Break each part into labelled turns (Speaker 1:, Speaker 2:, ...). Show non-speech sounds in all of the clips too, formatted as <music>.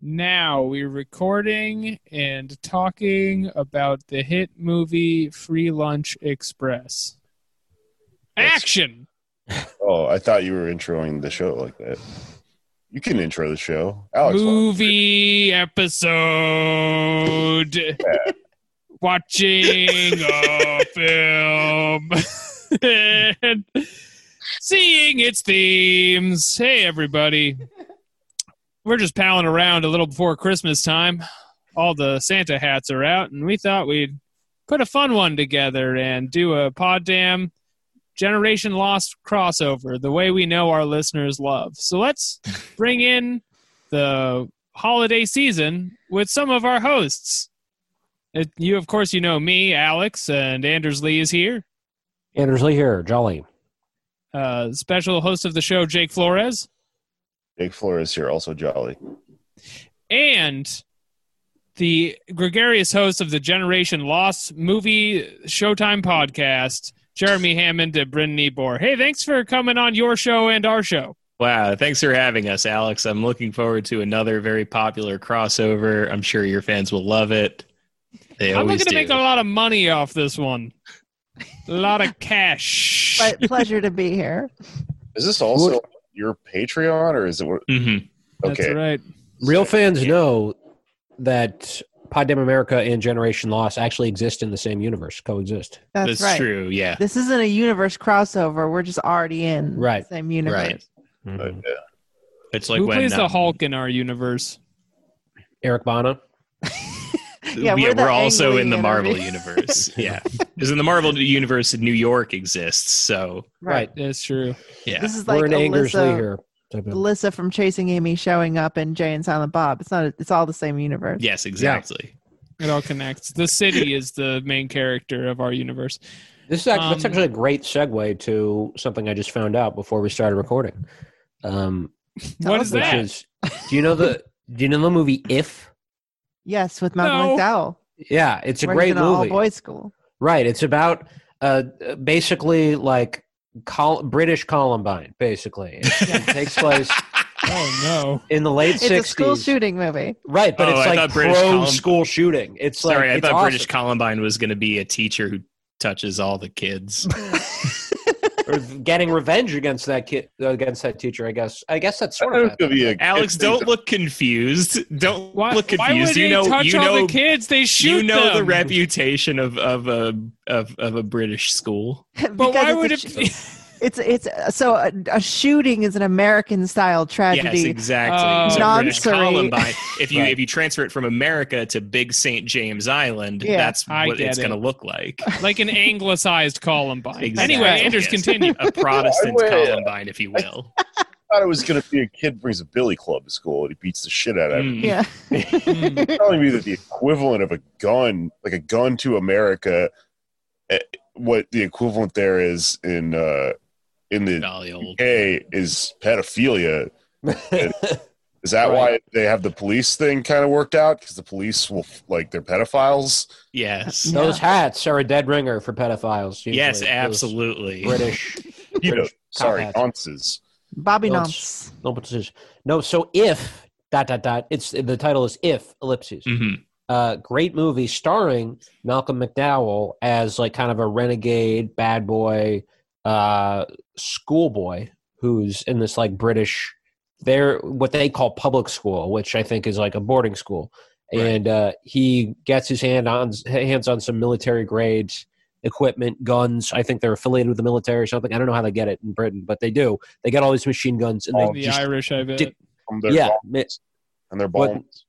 Speaker 1: Now we're recording and talking about the hit movie Free Lunch Express. Action!
Speaker 2: Oh, I thought you were introing the show like that. You can intro the show. Alex,
Speaker 1: movie episode. Watching a film. <laughs> and seeing its themes. Hey, everybody. We're just palling around a little before Christmas time. All the Santa hats are out, and we thought we'd put a fun one together and do a pod damn Generation Lost crossover, the way we know our listeners love. So let's bring in the holiday season with some of our hosts. It, you, of course, you know me, Alex, and Anders Lee is here.
Speaker 3: Anders Lee here, Jolly.
Speaker 1: Uh, special host of the show, Jake Flores,
Speaker 2: Jake Flores here, also jolly.
Speaker 1: and the gregarious host of the Generation Lost movie Showtime podcast, Jeremy Hammond and Bryn Niebor. Hey, thanks for coming on your show and our show.
Speaker 4: Wow, thanks for having us, Alex. I'm looking forward to another very popular crossover. I'm sure your fans will love it. They
Speaker 1: I'm
Speaker 4: always
Speaker 1: looking to
Speaker 4: do.
Speaker 1: make a lot of money off this
Speaker 4: <laughs>
Speaker 1: one. A lot of cash.
Speaker 5: but pleasure to be here.
Speaker 2: Is this also your Patreon or is it? what-
Speaker 4: Mhm.
Speaker 2: Okay,
Speaker 1: That's right.
Speaker 3: Real fans know that Poddam America and Generation Loss actually exist in the same universe, coexist.
Speaker 5: That's,
Speaker 4: That's
Speaker 5: right.
Speaker 4: true. Yeah.
Speaker 5: This isn't a universe crossover. We're just already in
Speaker 3: Right.
Speaker 5: the same universe.
Speaker 4: Right.
Speaker 2: but, uh,
Speaker 4: It's like
Speaker 1: Who
Speaker 4: when
Speaker 1: plays
Speaker 4: um,
Speaker 1: the Hulk in our universe?
Speaker 3: Eric Bana.
Speaker 5: Yeah, we're
Speaker 4: we're,
Speaker 5: the
Speaker 4: also
Speaker 5: angry
Speaker 4: in the Marvel
Speaker 5: <laughs>
Speaker 4: universe.
Speaker 5: universe.
Speaker 4: yeah. Because in the Marvel universe, New York exists. So,
Speaker 3: Right.
Speaker 1: That's true.
Speaker 4: yeah.
Speaker 5: This is like
Speaker 3: We're in Angersley
Speaker 5: Alyssa,
Speaker 3: here. Type of-
Speaker 5: Alyssa from Chasing Amy showing up in Jay and Silent Bob. It's not. It's all the same universe.
Speaker 4: yes, <laughs> exactly.
Speaker 1: It all connects. The city is the main character of our universe.
Speaker 3: This is actually, that's
Speaker 1: Um,
Speaker 3: actually a great segue to something I just found out before we started recording. Um,
Speaker 5: Tell
Speaker 1: what
Speaker 5: us
Speaker 1: is
Speaker 3: which
Speaker 1: that?
Speaker 3: is, do you know the do you know the movie If?
Speaker 5: Yes, with
Speaker 1: No.
Speaker 5: Malcolm McDowell.
Speaker 3: Yeah, it's a
Speaker 5: Works
Speaker 3: great
Speaker 5: in an
Speaker 3: movie.
Speaker 5: all-boys school.
Speaker 3: Right. It's about uh, basically like Col- British Columbine. Basically, it, it takes place
Speaker 1: oh no.
Speaker 3: in the late
Speaker 5: It's a school
Speaker 3: sixties.
Speaker 5: shooting movie. <laughs>
Speaker 3: Right, but
Speaker 4: Oh,
Speaker 3: it's
Speaker 4: I
Speaker 3: like
Speaker 4: thought British
Speaker 3: pro
Speaker 4: Colum-
Speaker 3: school shooting. It's like
Speaker 4: Sorry, I
Speaker 3: it's
Speaker 4: thought
Speaker 3: awesome.
Speaker 4: British Columbine was going to be a teacher who touches all the kids.
Speaker 5: <laughs>
Speaker 3: Or getting revenge against that kid against that teacher. I guess. I guess that's
Speaker 2: I
Speaker 3: sort
Speaker 2: don't know
Speaker 3: of
Speaker 2: if it'll be a- it's-
Speaker 4: Alex, don't look confused. Don't
Speaker 1: Why,
Speaker 4: look
Speaker 1: why would
Speaker 4: confused.
Speaker 1: they
Speaker 4: you know,
Speaker 1: touch
Speaker 4: you
Speaker 1: all
Speaker 4: know
Speaker 1: the kids? They shoot
Speaker 4: you know
Speaker 1: them.
Speaker 4: the reputation of of a of, of a British school.
Speaker 1: But
Speaker 5: Because
Speaker 1: why
Speaker 5: it's
Speaker 1: would
Speaker 5: a
Speaker 1: it?
Speaker 5: sh-
Speaker 1: Be,
Speaker 5: It's it's so a, a shooting is an American-style tragedy.
Speaker 4: Yes, exactly.
Speaker 1: Oh.
Speaker 4: So British
Speaker 5: Non-Surrey.
Speaker 4: Columbine. If you
Speaker 3: Right.
Speaker 4: if you transfer it from America to Big St. James Island,
Speaker 5: Yeah.
Speaker 4: that's
Speaker 1: I
Speaker 4: what
Speaker 1: get
Speaker 4: it's
Speaker 1: it.
Speaker 4: going to look
Speaker 5: <laughs>
Speaker 4: like.
Speaker 1: <laughs> like an anglicized Columbine.
Speaker 4: Exactly.
Speaker 1: Anyway, Anders,
Speaker 4: Yes. <laughs>
Speaker 1: continue.
Speaker 3: <laughs>
Speaker 4: A Protestant
Speaker 2: would-
Speaker 4: Columbine, if you will.
Speaker 2: I thought it was going to be a kid brings a billy club to school and he beats the shit out of him.
Speaker 4: Mm.
Speaker 5: yeah.
Speaker 1: Mm.
Speaker 2: You're telling me that the equivalent of a gun, like a gun to America, eh, what the equivalent there is in uh, in the
Speaker 4: Jolly old.
Speaker 2: UK is
Speaker 3: <laughs>
Speaker 2: pedophilia.
Speaker 3: it.
Speaker 2: Is that why
Speaker 3: Right.
Speaker 2: they have the police thing kind of worked out? Because the police will like they're pedophiles.
Speaker 4: Yes.
Speaker 5: No.
Speaker 3: Those hats are a dead ringer for pedophiles. usually.
Speaker 4: Yes,
Speaker 3: Those
Speaker 4: absolutely. <laughs>
Speaker 3: British.
Speaker 2: Pedo.
Speaker 3: British
Speaker 2: Sorry,
Speaker 3: cop hats.
Speaker 2: nonsense.
Speaker 5: Bobby
Speaker 3: Well,
Speaker 5: Nance.
Speaker 3: No, but this is- no. So if dot dot dot. It's the title is if ellipses.
Speaker 4: Mhm.
Speaker 3: uh, great movie starring Malcolm McDowell as like kind of a renegade bad boy uh, schoolboy who's in this like British they're what they call public school, which I think is like a boarding school,
Speaker 4: Right.
Speaker 3: and uh, he gets his hand on hands on some military grade equipment, guns. I think they're affiliated with the military or something. I don't know how they get it in Britain, but they do. They get all these machine guns and
Speaker 2: Oh,
Speaker 3: they
Speaker 1: the
Speaker 3: just
Speaker 1: Irish, I bet.
Speaker 3: dick-
Speaker 2: From their
Speaker 3: yeah.
Speaker 2: bomb-
Speaker 3: mi-
Speaker 2: and their
Speaker 3: What-
Speaker 2: bombs.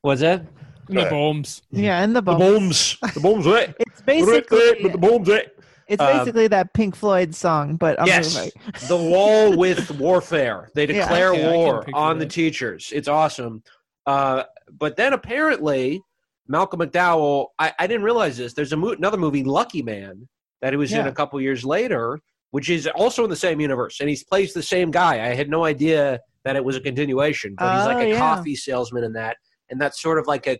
Speaker 3: What's that?
Speaker 1: And the bombs.
Speaker 5: Yeah, and the bombs.
Speaker 3: The bombs. Right.
Speaker 5: It's basically
Speaker 3: bombs. Right.
Speaker 5: it's
Speaker 3: um,
Speaker 5: basically that Pink Floyd song, but a
Speaker 3: Yes.
Speaker 5: movie.
Speaker 3: the wall with warfare. They
Speaker 5: Yeah.
Speaker 3: declare
Speaker 1: Yeah, I can
Speaker 3: war
Speaker 1: picture
Speaker 3: on the
Speaker 1: that.
Speaker 3: teachers. It's awesome. Uh, but then apparently, Malcolm McDowell, I, I didn't realize this. There's a mo- another movie, Lucky Man, that he was in
Speaker 5: Yeah.
Speaker 3: a couple years later, which is also in the same universe. And he plays the same guy. I had no idea that it was a continuation, but he's
Speaker 5: Oh,
Speaker 3: like a
Speaker 5: yeah.
Speaker 3: coffee salesman in that. And that's sort of like a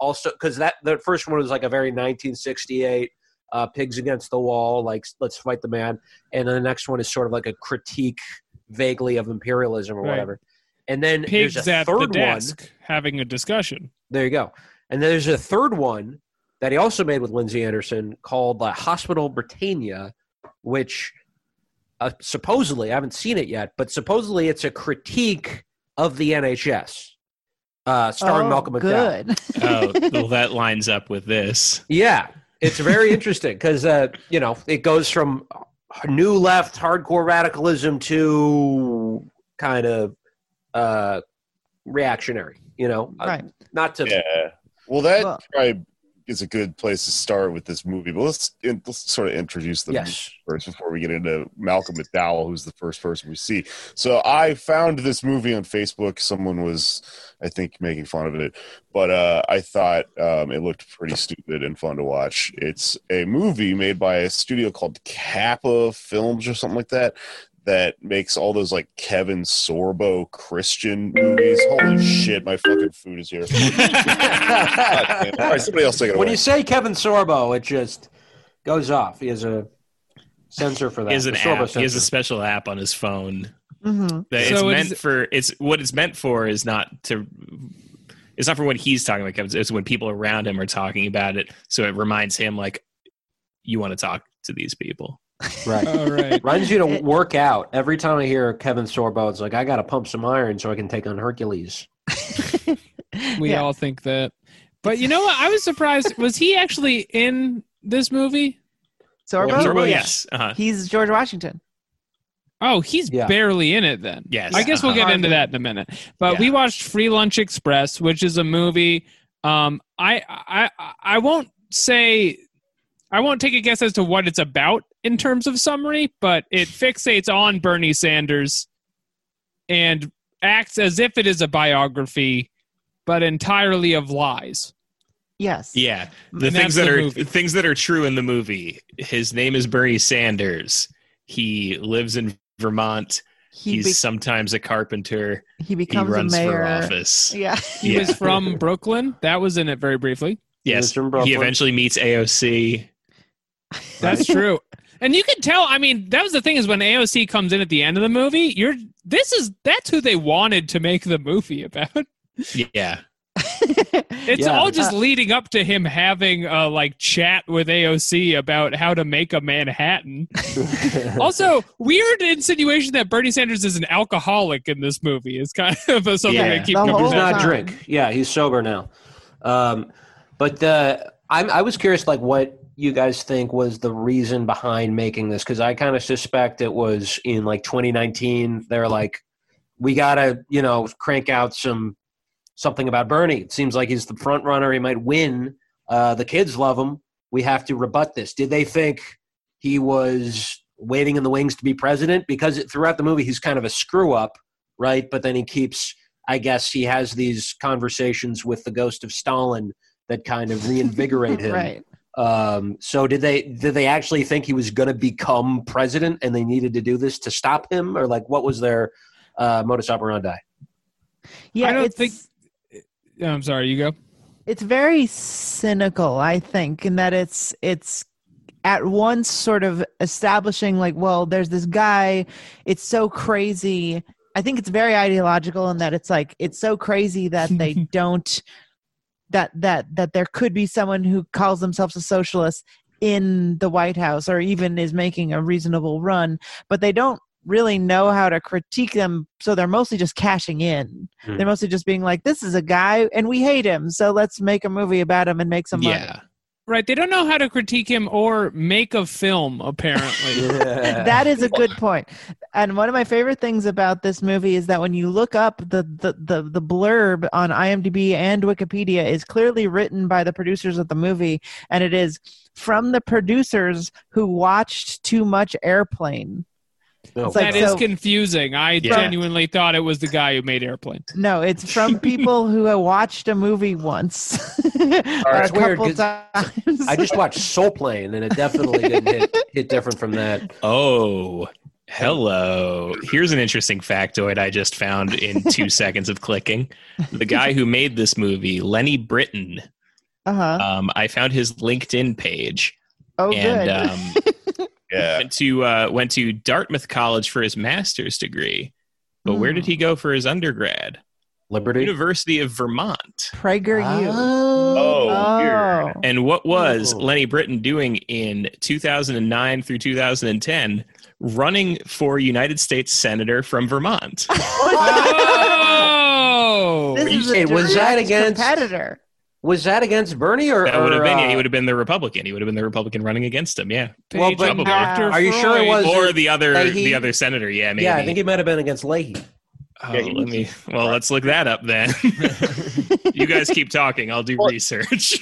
Speaker 3: also because that the first one was like a very 1968 uh, pigs against the wall like let's fight the man and then the next one is sort of like a critique vaguely of imperialism or
Speaker 1: Right.
Speaker 3: whatever And then
Speaker 1: Pigs
Speaker 3: there's a
Speaker 1: at the
Speaker 3: third one.
Speaker 1: desk having a discussion.
Speaker 3: There you go. And there's a third one that he also made with Lindsay Anderson called uh, Hospital Britannia, which uh, supposedly, I haven't seen it yet, but supposedly it's a critique of the NHS, uh, starring
Speaker 5: oh,
Speaker 3: Malcolm McDowell.
Speaker 5: good. <laughs>
Speaker 4: Oh, well, that lines up with this.
Speaker 3: Yeah, it's very interesting because, uh, you know, it goes from new left hardcore radicalism to kind of uh, reactionary, you know? Uh,
Speaker 5: right.
Speaker 3: not to.
Speaker 2: Yeah. Well, that
Speaker 5: Well-
Speaker 2: tribe is a good place to start with this movie, but let's let's sort of introduce them
Speaker 3: Yes.
Speaker 2: first before we get into Malcolm McDowell, who's the first person we see. So I found this movie on Facebook. Someone was, I think, making fun of it, but uh, I thought um, it looked pretty stupid and fun to watch. It's a movie made by a studio called Kappa Films or something like that. That makes all those like Kevin Sorbo Christian movies. Holy shit, my fucking food is here. God damn it. All right, somebody else take it
Speaker 3: when
Speaker 2: away.
Speaker 3: you say Kevin Sorbo, it just goes off. He has a sensor for that.
Speaker 4: He has an
Speaker 3: a Sorbo
Speaker 4: app. He has
Speaker 3: sensor.
Speaker 4: a special app on his phone.
Speaker 5: hmm
Speaker 4: That
Speaker 1: So it
Speaker 4: it's meant
Speaker 1: is-
Speaker 4: for. It's what it's meant for is not to. It's not for when he's talking about Kevin. It's when people around him are talking about it. So it reminds him like, you want to talk to these people.
Speaker 3: right.
Speaker 1: All right.
Speaker 3: Reminds you to
Speaker 5: <laughs> It-
Speaker 3: work out. Every time I hear Kevin Sorbo, it's like I got to pump some iron so I can take on
Speaker 5: <laughs>
Speaker 3: Hercules.
Speaker 1: We
Speaker 5: yeah.
Speaker 1: all think that. But you know what? I was surprised. Was he actually in this movie?
Speaker 5: Sorbo?
Speaker 4: Sorbo,
Speaker 5: Oh, Yeah.
Speaker 4: yes. Uh-huh.
Speaker 5: He's George Washington.
Speaker 1: Oh, he's
Speaker 3: Yeah.
Speaker 1: barely in it then.
Speaker 4: Yes.
Speaker 1: I guess we'll get
Speaker 5: Uh-huh.
Speaker 1: into that in a minute. But
Speaker 4: Yeah.
Speaker 1: we watched Free Lunch Express, which is a movie. Um, I I I- I won't say, I won't take a guess as to what it's about in terms of summary, but it fixates on Bernie Sanders and acts as if it is a biography, but entirely of lies.
Speaker 5: Yes.
Speaker 4: Yeah, the
Speaker 1: And that's
Speaker 4: things that
Speaker 1: the
Speaker 4: are
Speaker 1: movie.
Speaker 4: things that are true in the movie. His name is Bernie Sanders. He lives in Vermont.
Speaker 5: He
Speaker 4: He's
Speaker 5: be-
Speaker 4: sometimes a carpenter.
Speaker 5: he
Speaker 4: He
Speaker 5: becomes
Speaker 4: runs
Speaker 5: a mayor.
Speaker 4: for office.
Speaker 5: Yeah. <laughs>
Speaker 1: He
Speaker 4: Yeah.
Speaker 1: was
Speaker 4: <laughs>
Speaker 1: from Brooklyn. That was in it very briefly.
Speaker 4: Yes,
Speaker 3: from
Speaker 4: he
Speaker 3: Brooklyn.
Speaker 4: eventually meets AOC.
Speaker 1: That's true. And you can tell, I mean, that was the thing is when AOC comes in at the end of the movie, you're this is that's who they wanted to make the movie about. <laughs>
Speaker 4: Yeah,
Speaker 1: It's
Speaker 3: Yeah.
Speaker 1: all
Speaker 5: Uh,
Speaker 1: just leading up to him having a like chat with AOC about how to make a Manhattan. Also, weird insinuation that Bernie Sanders is an alcoholic in this movie is kind of something
Speaker 4: Yeah.
Speaker 1: they keep
Speaker 5: The
Speaker 1: coming
Speaker 5: whole
Speaker 3: does
Speaker 1: back.
Speaker 3: not
Speaker 5: time.
Speaker 3: drink. Yeah, he's sober now. Um, but the I'm, I was curious, like, what you guys think was the reason behind making this? Because I kind of suspect it was in like 2019. They're like, we gotta, you know, crank out some something about Bernie. It seems like he's the front runner. He might win. Uh, the kids love him. We have to rebut this. Did they think he was waiting in the wings to be president? Because it, throughout the movie, he's kind of a screw up, right? But then he keeps I guess he has these conversations with the ghost of Stalin that kind of
Speaker 5: <laughs>
Speaker 3: reinvigorate him.
Speaker 5: right.
Speaker 3: Um, so did they did they actually think he was going to become president and they needed to do this to stop him or like what was their uh, modus operandi?
Speaker 5: Yeah.
Speaker 1: I don't
Speaker 5: it's,
Speaker 1: think- I'm sorry, you go.
Speaker 5: it's very cynical, I think, in that it's it's at once sort of establishing like, well, there's this guy, it's so crazy. I think it's very ideological in that it's like it's so crazy that they don't that that that there could be someone who calls themselves a socialist in the White House or even is making a reasonable run, but they don't really know how to critique them, so they're mostly just cashing in.
Speaker 3: Hmm.
Speaker 5: They're mostly just being like, "This is a guy, and we hate him, so let's make a movie about him and make some money."
Speaker 4: yeah.
Speaker 1: Right, they don't know how to critique him or make a film apparently.
Speaker 5: <laughs>
Speaker 3: <laughs>
Speaker 5: that is a good point. And one of my favorite things about this movie is that when you look up the, the the the blurb on IMDb and Wikipedia is clearly written by the producers of the movie, and it is from the producers who watched too much Airplane.
Speaker 3: No.
Speaker 5: It's like
Speaker 1: that is
Speaker 5: so-
Speaker 1: confusing. I
Speaker 4: Yeah.
Speaker 1: genuinely thought it was the guy who made Airplane.
Speaker 5: No, it's from people who have watched a movie once,
Speaker 3: That's
Speaker 5: <laughs> a
Speaker 3: weird,
Speaker 5: couple
Speaker 3: 'cause
Speaker 5: times.
Speaker 3: I just watched Soul Plane and it definitely didn't hit, hit different from that.
Speaker 4: Oh, hello. Here's an interesting factoid I just found in
Speaker 5: <laughs>
Speaker 4: two seconds of clicking. The guy who made this movie, Lenny Britton,
Speaker 5: uh-huh.
Speaker 4: um, I found his LinkedIn page
Speaker 5: Oh,
Speaker 4: and
Speaker 5: good.
Speaker 4: um, uh,
Speaker 2: Yeah.
Speaker 4: went to uh, went to Dartmouth College for his master's degree. But where
Speaker 5: Hmm.
Speaker 4: did he go for his undergrad?
Speaker 3: Liberty.
Speaker 4: University of Vermont.
Speaker 5: Prager U.
Speaker 2: Oh,
Speaker 5: Oh. <laughs>
Speaker 4: And what was
Speaker 3: Ooh.
Speaker 4: Lenny Britton doing in 2009 through 2010? Running for United States Senator from Vermont.
Speaker 5: <laughs>
Speaker 1: Oh!
Speaker 5: This is a
Speaker 3: Hey, was that
Speaker 5: direct
Speaker 3: against-
Speaker 5: competitor?
Speaker 3: was that against Bernie or?
Speaker 4: That would have
Speaker 3: or,
Speaker 4: been, yeah, he
Speaker 3: uh,
Speaker 4: would have been the Republican. He would have been the Republican running against him, yeah.
Speaker 3: Well,
Speaker 1: Page
Speaker 3: but
Speaker 1: of
Speaker 5: how-
Speaker 1: Dr.
Speaker 3: are you sure it
Speaker 1: Freud.
Speaker 3: was-
Speaker 4: Or the other
Speaker 3: Leahy?
Speaker 4: the other senator, yeah, maybe.
Speaker 3: Yeah, I think it might have been against Leahy.
Speaker 4: oh,
Speaker 2: Yeah, he
Speaker 3: <laughs>
Speaker 4: <laughs> let me well, let's look that up then. you guys keep talking, I'll do
Speaker 2: Well-
Speaker 4: research.